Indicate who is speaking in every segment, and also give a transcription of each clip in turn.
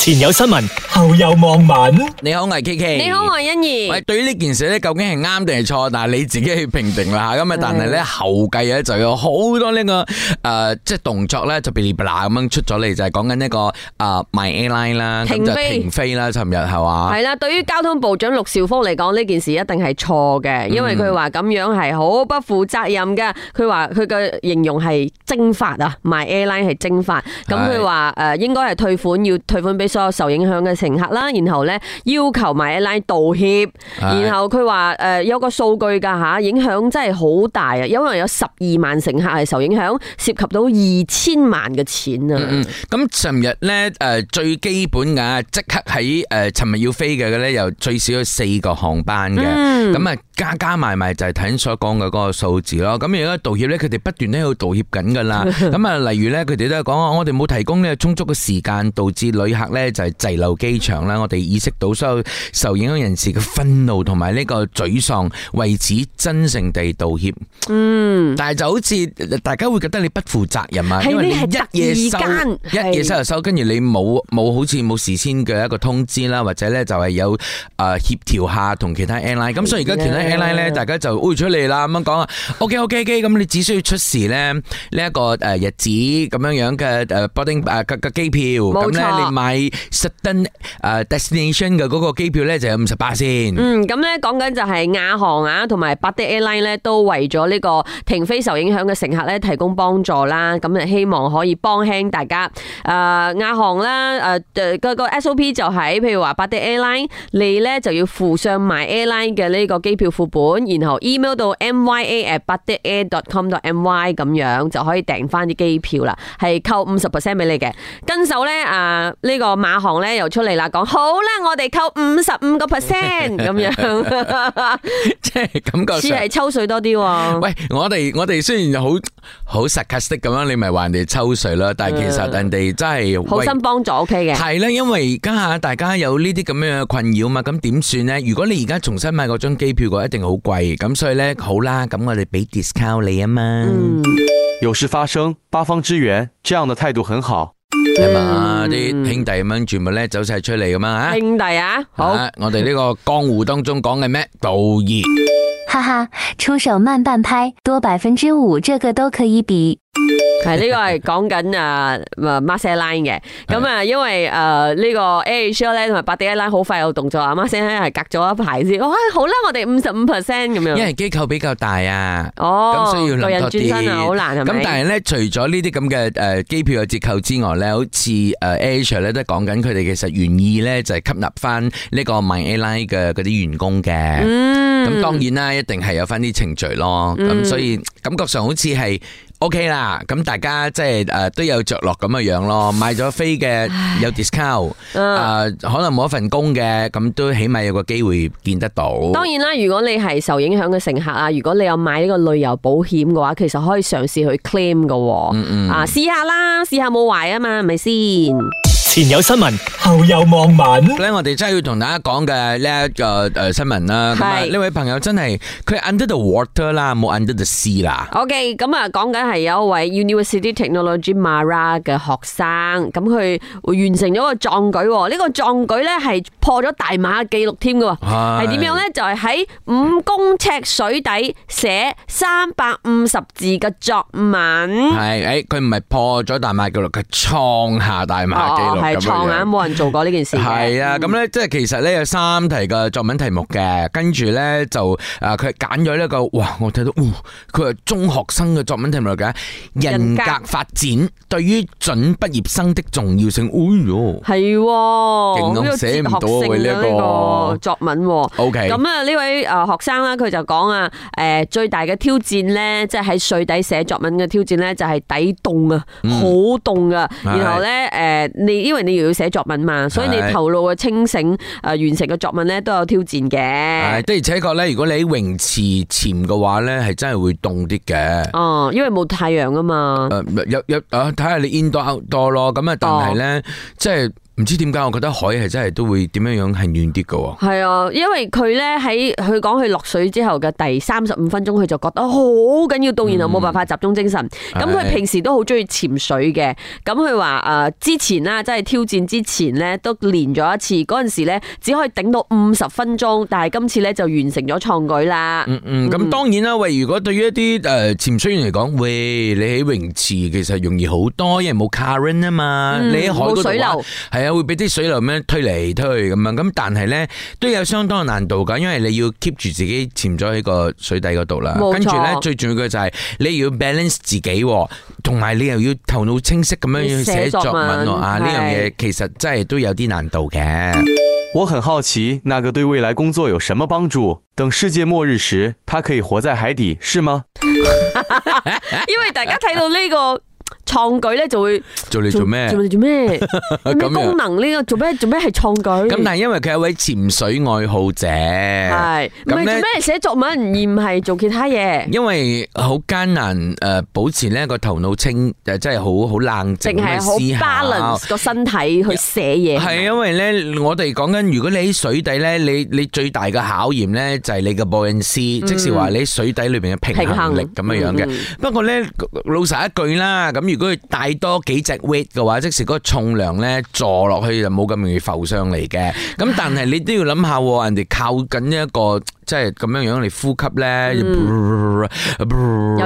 Speaker 1: 前有新聞，後有網民。
Speaker 2: 你好，我係 K K。
Speaker 3: 你好，我係欣宜。
Speaker 2: 喂，對於呢件事咧，究竟係啱定係錯？但係你自己去評定啦嚇。咁啊，但係
Speaker 3: 嗯
Speaker 2: 咧後繼咧就有好多呢、個誒、呃即係動作咧就噼里啪啦咁樣出咗嚟，就係講緊呢個誒、呃 My Airline 啦，咁
Speaker 3: 停
Speaker 2: 就
Speaker 3: 飛
Speaker 2: 停飛啦，尋日係嘛？
Speaker 3: 係啦，對於交通部長陸兆福嚟講，呢件事一定係錯嘅，
Speaker 2: 嗯
Speaker 3: 因為佢話咁樣係好不負責任嘅。佢話佢嘅形容係蒸發啊，My Airline 係蒸發。咁
Speaker 2: 係
Speaker 3: 佢話誒應該係退款，要退款俾所有受影響嘅乘客啦。然後咧要求 My Airline 道歉。
Speaker 2: 係
Speaker 3: 然後佢話誒有個數據㗎嚇，影響真係好大啊，因為有十二萬乘客係受影響，涉及到二千萬嘅錢啊。
Speaker 2: 嗯，咁尋日咧誒最基本㗎，即刻喺誒尋日要飛嘅咧，又最少有四個航班嘅，咁啊、加加埋埋就係頭先所講嘅嗰個數字咯。咁而家道歉咧，佢哋不斷都喺度道歉緊㗎啦。咁啊，例如咧，佢哋都係講啊我哋冇提供呢個充足嘅時間，導致旅客咧就係滯留機場啦。我哋意識到所有受影響人士嘅憤怒同埋呢個沮喪，為此真誠地道歉。嗯，但係就好似大家會覺得你不負責任啊，
Speaker 3: 係
Speaker 2: 因為
Speaker 3: 你係突
Speaker 2: 你一夜收
Speaker 3: 然間
Speaker 2: 一夜收就收，跟住你冇冇好似冇事先嘅一個通知啦，或者咧就係有誒協調下同其他 airline。咁所以而家其他 airline 咧，大家就會出嚟啦，咁樣講啊，OK OK OK，咁你只需要出示咧呢一個誒日子咁樣樣嘅誒 boarding 誒嘅嘅機票，咁
Speaker 3: 冇錯
Speaker 2: 咧你買 certain 誒 destination 嘅嗰個機票咧就有五十八先。
Speaker 3: 嗯，咁咧講緊就係亞航啊，同埋百迪 Airline 咧，都為咗呢個停飛受影響嘅乘客咧提供幫助啦。咁啊，希望可以幫輕大家。誒、亞航啦，誒、誒個個 SOP 就係、譬如話百迪 Airline，你咧就要附上埋 Airline 嘅呢個機票副本，然後 email 到 mya at 百迪 air dot com dot my 咁樣就可以訂翻啲機票啦，係扣五十 percent 俾你嘅。跟手咧，啊呢、個馬航咧又出嚟啦，講好啦，我哋扣五十五 個 percent 咁樣，
Speaker 2: 即係感覺
Speaker 3: 似
Speaker 2: 上
Speaker 3: 係。抽水多啲喎。
Speaker 2: 喂，我哋我哋雖然好好 sarcastic 咁樣，你咪話人哋抽水啦，但係其實人哋真係
Speaker 3: 嗯好
Speaker 2: 喂
Speaker 3: 心幫助 OK 嘅，
Speaker 2: 係啦，因為家下大家有呢啲咁樣嘅困擾嘛，咁點算呢？如果你而家重新買嗰張機票嘅話，一定好貴，咁所以呢，好啦，咁我哋俾 discount 你啊嘛，
Speaker 3: 嗯，
Speaker 4: 有事发生，八方支援，这样的态度很好。
Speaker 2: 係嘛？
Speaker 3: 嗯
Speaker 2: 啲兄弟咁樣全部呢走晒出嚟咁啊
Speaker 3: 兄弟啊，
Speaker 2: 吓！
Speaker 3: 好。
Speaker 2: 啊我哋呢個江湖當中講嘅咩道義？
Speaker 5: 哈哈，出手慢半拍，多百分之五，这个都可以比。
Speaker 3: 系呢個係講緊啊 m a s e Line 嘅，咁啊因為诶呢個 Air Asia 咧同埋百迪 Line 好快有動作啊 m a s e Line 係隔咗一排先，哇好啦，我哋五十五 percent 咁
Speaker 2: 因
Speaker 3: 樣，
Speaker 2: 為機構比較大啊。
Speaker 3: 哦，
Speaker 2: 咁需要
Speaker 3: 個
Speaker 2: 諗
Speaker 3: 人
Speaker 2: 多
Speaker 3: 轉
Speaker 2: 啲。
Speaker 3: 身啊好難係咪？
Speaker 2: 咁但係咧，除咗呢啲咁嘅誒機票嘅折扣之外咧，好似誒 Asia 咧都講緊佢哋其實願意咧就係吸納翻呢個 My Airline 嘅嗰啲員工嘅。咁、
Speaker 3: 嗯
Speaker 2: 當然啦，一定係有翻啲程序咯。咁、所以感覺上好似係。OK 啦，咁大家即係誒都有着落咁嘅樣咯，買咗飛嘅有 discount，誒、可能冇一份工嘅，咁都起碼有個機會見得到。
Speaker 3: 當然啦，如果你係受影響嘅乘客啊，如果你有買呢個旅遊保險嘅話，其實可以嘗試去 claim 嘅喎，
Speaker 2: 嗯
Speaker 3: 啊試下啦，試下冇壞啊嘛，係咪先？
Speaker 1: 前有新聞，後有網民。
Speaker 2: 咧，我哋真係要同大家講嘅呢一個誒新聞啦。咁啊，
Speaker 3: 係
Speaker 2: 呢位朋友真係佢 under the water 啦，冇 under the sea 啦。
Speaker 3: OK，咁啊，講緊係有一位 University Technology Mara 嘅學生，咁佢完成咗個壯舉喎，呢、個壯舉咧係破咗大馬嘅記錄添嘅喎，
Speaker 2: 係
Speaker 3: 係點樣咧？就係喺五公尺水底寫三百五十字嘅作文。
Speaker 2: 係，誒，佢唔係破咗大馬紀錄，佢創下大馬紀錄
Speaker 3: 哦係
Speaker 2: 咁
Speaker 3: 創
Speaker 2: 樣
Speaker 3: 眼
Speaker 2: 樣。
Speaker 3: 冇人做過呢件事嘅。嗯
Speaker 2: 係啊，咁咧即係其實咧有三題嘅作文題目嘅，跟住咧就誒佢揀咗呢個，哇！我睇到，哦佢係中學生嘅作文題目嚟嘅，人
Speaker 3: 人
Speaker 2: 格
Speaker 3: 格
Speaker 2: 發展對於準畢業生的重要性。哎呦
Speaker 3: 系，
Speaker 2: 勁
Speaker 3: 咁
Speaker 2: 到
Speaker 3: 有哲
Speaker 2: 寫
Speaker 3: 學
Speaker 2: 唔到啊喂
Speaker 3: 性
Speaker 2: 呢一
Speaker 3: 嘅
Speaker 2: 個
Speaker 3: 呢個作文喎。
Speaker 2: ，OK，
Speaker 3: 咁啊，呢位誒學生啦，佢就講啊，誒最大嘅挑戰咧，即係喺水底寫作文嘅挑戰咧，就係底凍啊，好凍啊。
Speaker 2: 嗯係
Speaker 3: 然後咧，誒你因為你又要寫作文嘛，所以
Speaker 2: 係
Speaker 3: 你頭腦嘅清醒誒呃完成嘅作文咧都有挑
Speaker 2: 係
Speaker 3: 戰嘅。
Speaker 2: 的而且確咧，如果你喺泳池潛嘅話咧，係真係會凍啲嘅。呃
Speaker 3: 哦，因為冇太陽啊嘛哦
Speaker 2: 誒、。有有啊，睇下你 indoor outdoor 咯。咁啊，但係咧，即係唔知點解，我覺得海係真係都會點樣樣係暖啲嘅喎。
Speaker 3: 系啊，因為佢咧喺佢講佢落水之後嘅第三十五分鐘，佢就覺得好緊要凍，然後冇辦法集中精神。咁佢、
Speaker 2: 係
Speaker 3: 平時都好中意潛水嘅，咁佢話诶之前啦，即係挑戰之前咧都練咗一次，嗰阵时咧只可以頂到五十分鐘，但係今次咧就完成咗創舉啦。
Speaker 2: 嗯嗯，咁當然啦，喂，如果對於一啲诶潜水員嚟講，喂，你喺泳池其實容易好多，因為冇 current 啊嘛，
Speaker 3: 嗯
Speaker 2: 你喺海嗰
Speaker 3: 冇
Speaker 2: 度
Speaker 3: 水流
Speaker 2: 啊，係啊，會俾啲水流咁樣推嚟推去咁樣，咁但係咧都有相當嘅難度㗎，因為你要 keep 住自己潛咗喺個水底嗰度啦，
Speaker 3: 冇錯
Speaker 2: 跟住咧最重要嘅就係你要 balance 自己喎，同埋你又要頭腦清晰咁樣
Speaker 3: 要
Speaker 2: 去
Speaker 3: 寫
Speaker 2: 寫
Speaker 3: 作
Speaker 2: 作文喎
Speaker 3: 文
Speaker 2: 啊，呢樣
Speaker 3: 係
Speaker 2: 嘢其實真係都有啲難度嘅。
Speaker 4: 我很好奇，那个对未来工作有什么帮助？等世界末日时，他可以活在海底，是吗？
Speaker 3: 因為大家睇到呢個創舉咧，就會
Speaker 2: 做你做咩？
Speaker 3: 做 做咩？有咩
Speaker 2: 咁樣
Speaker 3: 功能呢個？做咩？做咩係創舉？
Speaker 2: 咁但係因為佢係一位潛水愛好者，
Speaker 3: 系唔
Speaker 2: 咁呢
Speaker 3: 係做咩寫作文，而唔係做其他嘢？
Speaker 2: 因為好艱難诶、呃保持呢個頭腦清诶，真係好好冷靜
Speaker 3: 淨係好
Speaker 2: 咁去思考。
Speaker 3: balance 個身體去寫嘢。
Speaker 2: 係因為咧，我哋講緊，如果你喺水底咧，你你最大嘅考驗咧就係你嘅 buoyancy，、即是話你喺水底裏边嘅平衡力咁樣樣嘅。
Speaker 3: 嗯
Speaker 2: 不過咧，老實一句啦，咁如果佢帶多幾隻 weight 嘅話，即使嗰個重量咧坐落去就冇咁容易浮上嚟嘅。 咁但係你都要諗下喎，人哋靠緊一個即係咁樣樣嚟呼吸咧，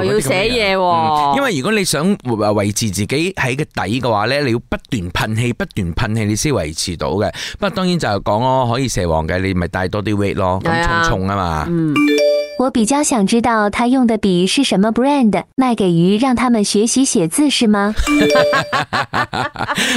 Speaker 3: 又要寫嘢
Speaker 2: 嗯
Speaker 3: 喎，
Speaker 2: 因為如果你想維持自己喺個底嘅話咧，你要不斷噴氣，不斷噴氣，你先維持到嘅。不過當然就係講咯，可以蛇王嘅，你咪帶多啲 weight 咯，咁
Speaker 3: 係啊
Speaker 2: 重重啊嘛。
Speaker 5: 我比较想知道他用的笔是什么 brand，卖给鱼让他们学习写字是吗？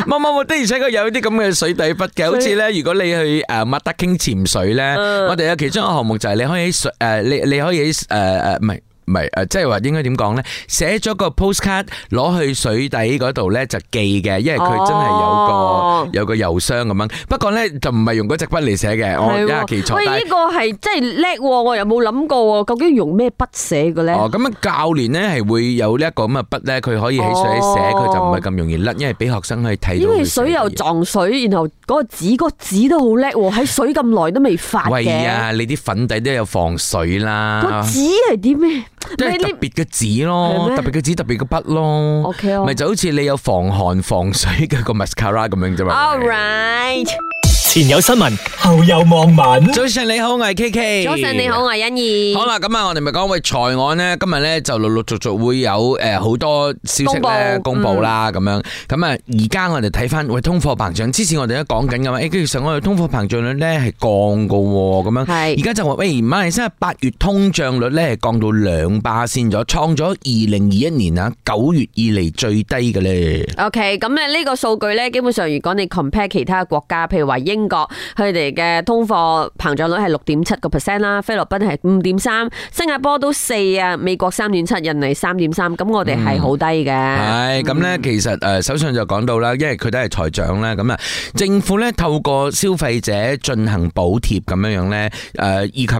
Speaker 2: 冇冇冇，的而且確有啲咁嘅水底筆嘅，好似咧，如果你去誒麥德傾潛水咧，
Speaker 3: Ờ.
Speaker 2: 我哋有其中一個項目就係你可以喺水誒，你你可以喺誒誒唔係。唔係誒，即係話應該點講咧？寫咗個 postcard 攞去水底嗰度咧就寄嘅，因為佢真係有個、
Speaker 3: 哦
Speaker 2: 有個郵箱咁樣。不過咧就唔係用嗰支筆嚟寫嘅，我
Speaker 3: 係
Speaker 2: 一
Speaker 3: 喎
Speaker 2: 下記錯。
Speaker 3: 喂，
Speaker 2: 但係
Speaker 3: 呢個係真係叻喎，我又冇諗過喎，究竟用咩筆寫嘅咧？
Speaker 2: 哦，咁樣教練咧係會有呢一個咁嘅筆咧，佢可以喺水底寫，佢、就唔係咁容易甩，因為俾學生可以睇
Speaker 3: 因
Speaker 2: 到佢寫嘅嘢。
Speaker 3: 為水又撞水，然後嗰個紙，嗰個紙都好叻喎，喺水咁耐都未發
Speaker 2: 喂
Speaker 3: 嘅。
Speaker 2: 啊，你啲粉底都有防水
Speaker 3: 個
Speaker 2: 啦，
Speaker 3: 紙係啲咩？
Speaker 2: 即係
Speaker 3: 咩
Speaker 2: 特
Speaker 3: 呢
Speaker 2: 別嘅紙
Speaker 3: 係
Speaker 2: 咯
Speaker 3: 咩，
Speaker 2: 特別嘅紙，特別嘅筆咯。
Speaker 3: OK 咯
Speaker 2: 咪就好似你有防寒防水嘅個 mascara 咁樣啫嘛。
Speaker 3: ？All right，
Speaker 1: 前有新聞，後有網民。
Speaker 2: 早晨你好，我係 K K。
Speaker 3: 早晨你好，。我係欣怡。
Speaker 2: 好啦，咁啊，我哋咪講喂財案咧，今日咧就陸陸續續會有誒好多消息咧
Speaker 3: 公佈嗯
Speaker 2: 公佈啦，咁樣咁啊，而家我哋睇翻喂通貨膨脹，之前我哋都講緊噶嘛，誒其實我哋通貨膨脹率咧係降噶喎，咁樣
Speaker 3: 係
Speaker 2: 而家就話喂，馬來西亞八月通脹率咧係降到兩巴先咗，創咗二零二一年啊九月以嚟最低嘅咧。
Speaker 3: OK，咁呃咧呢個數據咧，基本上如果你 compare 其他國家，譬如話英國，佢哋嘅通貨膨脹率係六點七個 percent 啦，菲律賓係五點三，新加坡都四啊，美國三點七，印尼三點三，咁我
Speaker 2: 嗯
Speaker 3: 哋係好低嘅。
Speaker 2: 系咁咧，其實诶，首相就講到啦，因為佢都係財長啦，咁啊，政府咧透過消費者進行補貼咁樣樣咧，诶，以及。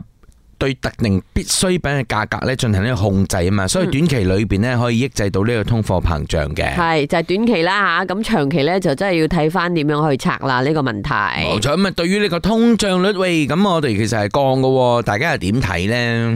Speaker 2: 對特定必需品嘅價格咧進行呢個控制啊嘛，所以短期裏邊咧可以抑制到呢個通貨膨脹嘅。
Speaker 3: 係就係短期啦吓，咁長期咧就真係要睇翻點樣去拆啦呢個問
Speaker 2: 冇
Speaker 3: 題。
Speaker 2: 錯咁啊，對於呢個通脹率，喂，咁我哋其實係降嘅喎，大家又點睇呢？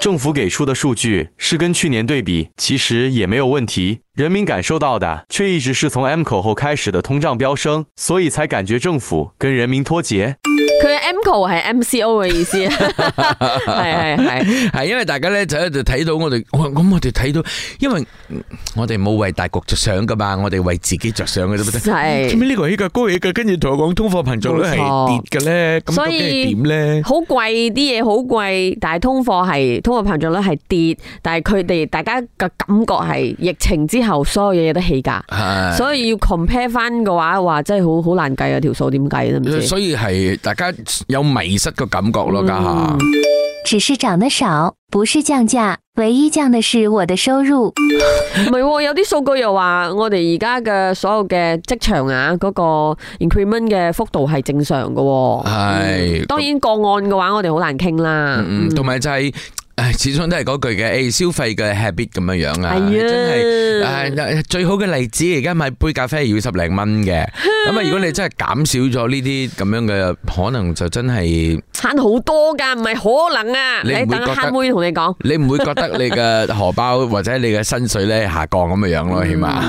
Speaker 4: 政府给出的数据是跟去年对比，其实也没有问题。人民感受到的却一直是从 M 口后开始的通胀飙升，所以才感觉政府跟人民脱节。
Speaker 3: 佢嘅 MCO 係 MCO 嘅意思，啊 係係係，
Speaker 2: 係因為大家咧就喺度睇到我哋，哇咁我哋睇到，因為嗯我哋冇為大局着想噶嘛，我哋為自己着想嘅啫嘛。
Speaker 3: 係
Speaker 2: 做咩呢個起價高起價，跟住同我講通貨膨脹率係跌嘅咧？咁究
Speaker 3: 所
Speaker 2: 竟係
Speaker 3: 以
Speaker 2: 點咧？
Speaker 3: 好貴啲嘢好貴，但係通貨係通貨膨脹率係跌，但係佢哋大家嘅感覺係疫情之後所有嘢都起價，
Speaker 2: 係
Speaker 3: 所以要 compare 翻嘅話，話真係好好難計啊條數點計都唔知。
Speaker 2: 所以係大家有迷失嘅感覺咯，家下。
Speaker 3: 嗯
Speaker 5: 只是涨得少，不是降价，唯一降的是我的收入。
Speaker 3: 唔係喎，有啲數據又話我哋而家嘅所有嘅職場啊嗰、個 increment 嘅幅度係正常嘅喎。
Speaker 2: 係
Speaker 3: 當然個案嘅話，我哋好難傾啦。嗯
Speaker 2: 嗯，嗯同埋就係誒唉，始終都係嗰句嘅，诶，消費嘅 habit 咁樣样啊，
Speaker 3: 係啊
Speaker 2: 真
Speaker 3: Ừ.
Speaker 2: 係唉最好嘅例子，而家買杯咖啡係要十零蚊嘅，咁啊，如果你真係減少咗呢啲咁樣嘅，可能就真係
Speaker 3: 悭好多噶，唔係可能啊！
Speaker 2: 你
Speaker 3: 你
Speaker 2: 唔會
Speaker 3: 等
Speaker 2: 覺得
Speaker 3: 悭妹同你講。
Speaker 2: 你唔會覺得你嘅荷包或者你嘅薪水咧下降咁嘅樣咯，起碼。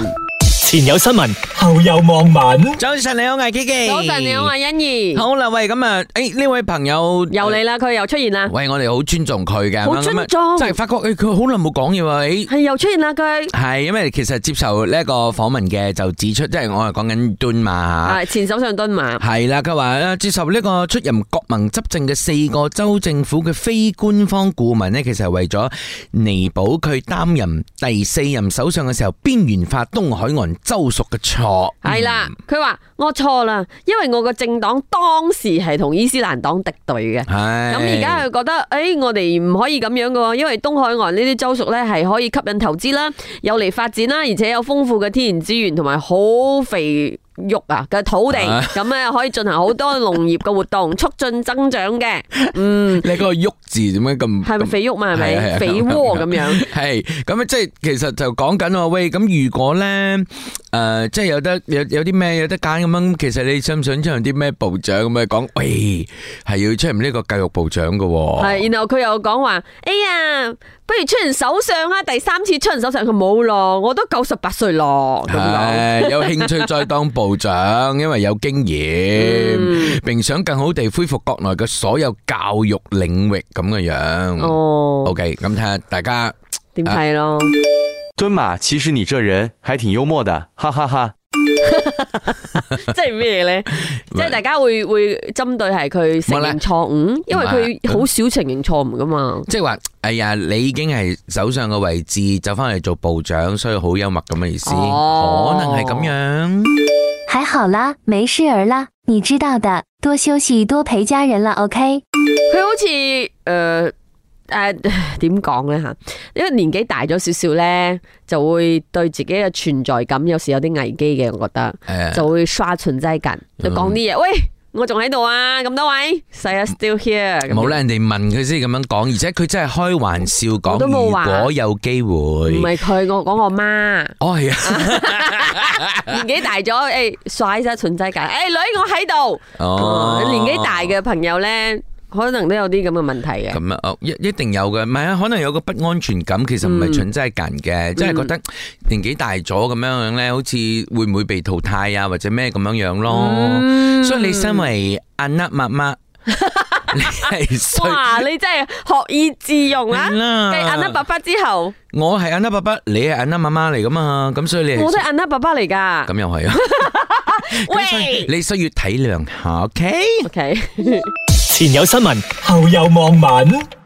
Speaker 1: 前有新闻，后有望文。
Speaker 2: 早晨你好，魏基基。
Speaker 3: 早晨你好啊，欣怡，
Speaker 2: 好啦，喂，咁啊，诶呢位朋友
Speaker 3: 又嚟啦，佢又出現啦，
Speaker 2: 喂，我哋好尊重佢嘅，
Speaker 3: 好尊重
Speaker 2: 即系发觉誒佢好耐冇講嘢喎，誒
Speaker 3: 係又出現啦佢，
Speaker 2: 係因為其實接受呢一個訪問嘅就指出，即係我係講緊端嘛
Speaker 3: 係啊前手上蹲馬，
Speaker 2: 係啦，佢話呃咧接受呢個出任國民執政嘅四個州政府嘅非官方顧問呢，其實係為咗彌補佢擔任第四任首相嘅時候邊緣化東海岸州屬嘅錯。
Speaker 3: 係啦，佢話我錯啦，因為我個政黨當時係同伊斯蘭黨敵對嘅。
Speaker 2: 嗯係
Speaker 3: 咁而家佢覺得，誒、我哋唔可以咁樣嘅喎，因為東海岸呢啲州屬咧係可以吸引投資啦，有嚟發展啦，而且有豐富嘅天然資源同埋好肥肉啊嘅土地，
Speaker 2: 啊
Speaker 3: 咁咧、可以進行好多農業嘅活動，促進增長嘅。嗯，
Speaker 2: 你個喐字點解咁
Speaker 3: 係咪
Speaker 2: 咁
Speaker 3: 肥肉嘛？係
Speaker 2: 係啊係啊
Speaker 3: 咪肥窩咁樣？
Speaker 2: 系咁啊，即系其實就講緊喎，喂，咁如果咧，诶、即係有得有有啲咩有得揀咁樣，其實你想唔想出任啲咩部長咁啊？講喂，係要出任呢個教育部長噶、喎。
Speaker 3: 係，然後佢又講話：，哎呀，不如出人首相啊！第三次出人首相，佢冇咯，我都九十八歲咯，咁講。
Speaker 2: 係有興趣再當部長，因為有經
Speaker 3: Ừ.
Speaker 2: 驗，
Speaker 3: 嗯
Speaker 2: 並想更好地恢復國內嘅所有教育領域咁嘅樣。
Speaker 3: 哦，
Speaker 2: OK，咁睇下大家。
Speaker 3: 點睇咯？
Speaker 4: 蹲马，其实你这人还挺幽默的，哈哈哈
Speaker 3: 即係咩咧？即係大家會會針對係佢承認錯誤，因為佢好少承認錯誤噶嘛。
Speaker 2: 即系话，哎呀，你已经系首相嘅位置，走翻嚟做部长，所以好幽默咁嘅意思，
Speaker 3: 哦
Speaker 2: 可能系咁样。
Speaker 5: 还好啦，没事儿啦，你知道的，多休息，多陪家人了，OK。
Speaker 3: 佢好似誒誒點講咧嚇？因為年紀大咗少少咧，就會對自己嘅存在感有時有啲危機嘅，我覺得
Speaker 2: 诶、
Speaker 3: 就會刷存在感，就講啲嘢，喂，我仲喺度啊，咁多位，say I still here，咁樣
Speaker 2: 冇啦，，人哋问佢先咁样讲，而且佢真系开玩笑
Speaker 3: 我
Speaker 2: 讲，
Speaker 3: 都
Speaker 2: 如
Speaker 3: 冇話
Speaker 2: 果有机
Speaker 3: 唔
Speaker 2: 会，
Speaker 3: 係佢，我講我媽。
Speaker 2: 哦系啊，
Speaker 3: 年紀大咗，誒晒晒存 在感，誒女我喺度。
Speaker 2: 哦，
Speaker 3: 年紀大嘅朋友咧，可能都有啲咁嘅問題嘅。
Speaker 2: 咁啊，哦一一定有嘅，唔係啊，可能有個不安全感，其實唔係蠢真係近嘅，即係覺得年紀大咗咁樣樣咧，好似會唔會被淘汰啊，或者咩咁樣樣咯。所以你身為阿甩媽 媽，你係衰
Speaker 3: 哇！你真係學以致用啊！
Speaker 2: 係啦
Speaker 3: 繼阿粒爸爸之後，
Speaker 2: 我係阿甩爸爸，你係阿甩媽媽嚟噶嘛，咁所以你係
Speaker 3: 我都係阿粒爸爸嚟㗎。
Speaker 2: 咁又 係啊，咁所以
Speaker 3: 喂
Speaker 2: 你需要體諒下，OK？
Speaker 3: ，OK。
Speaker 1: 前有新闻，后有望文。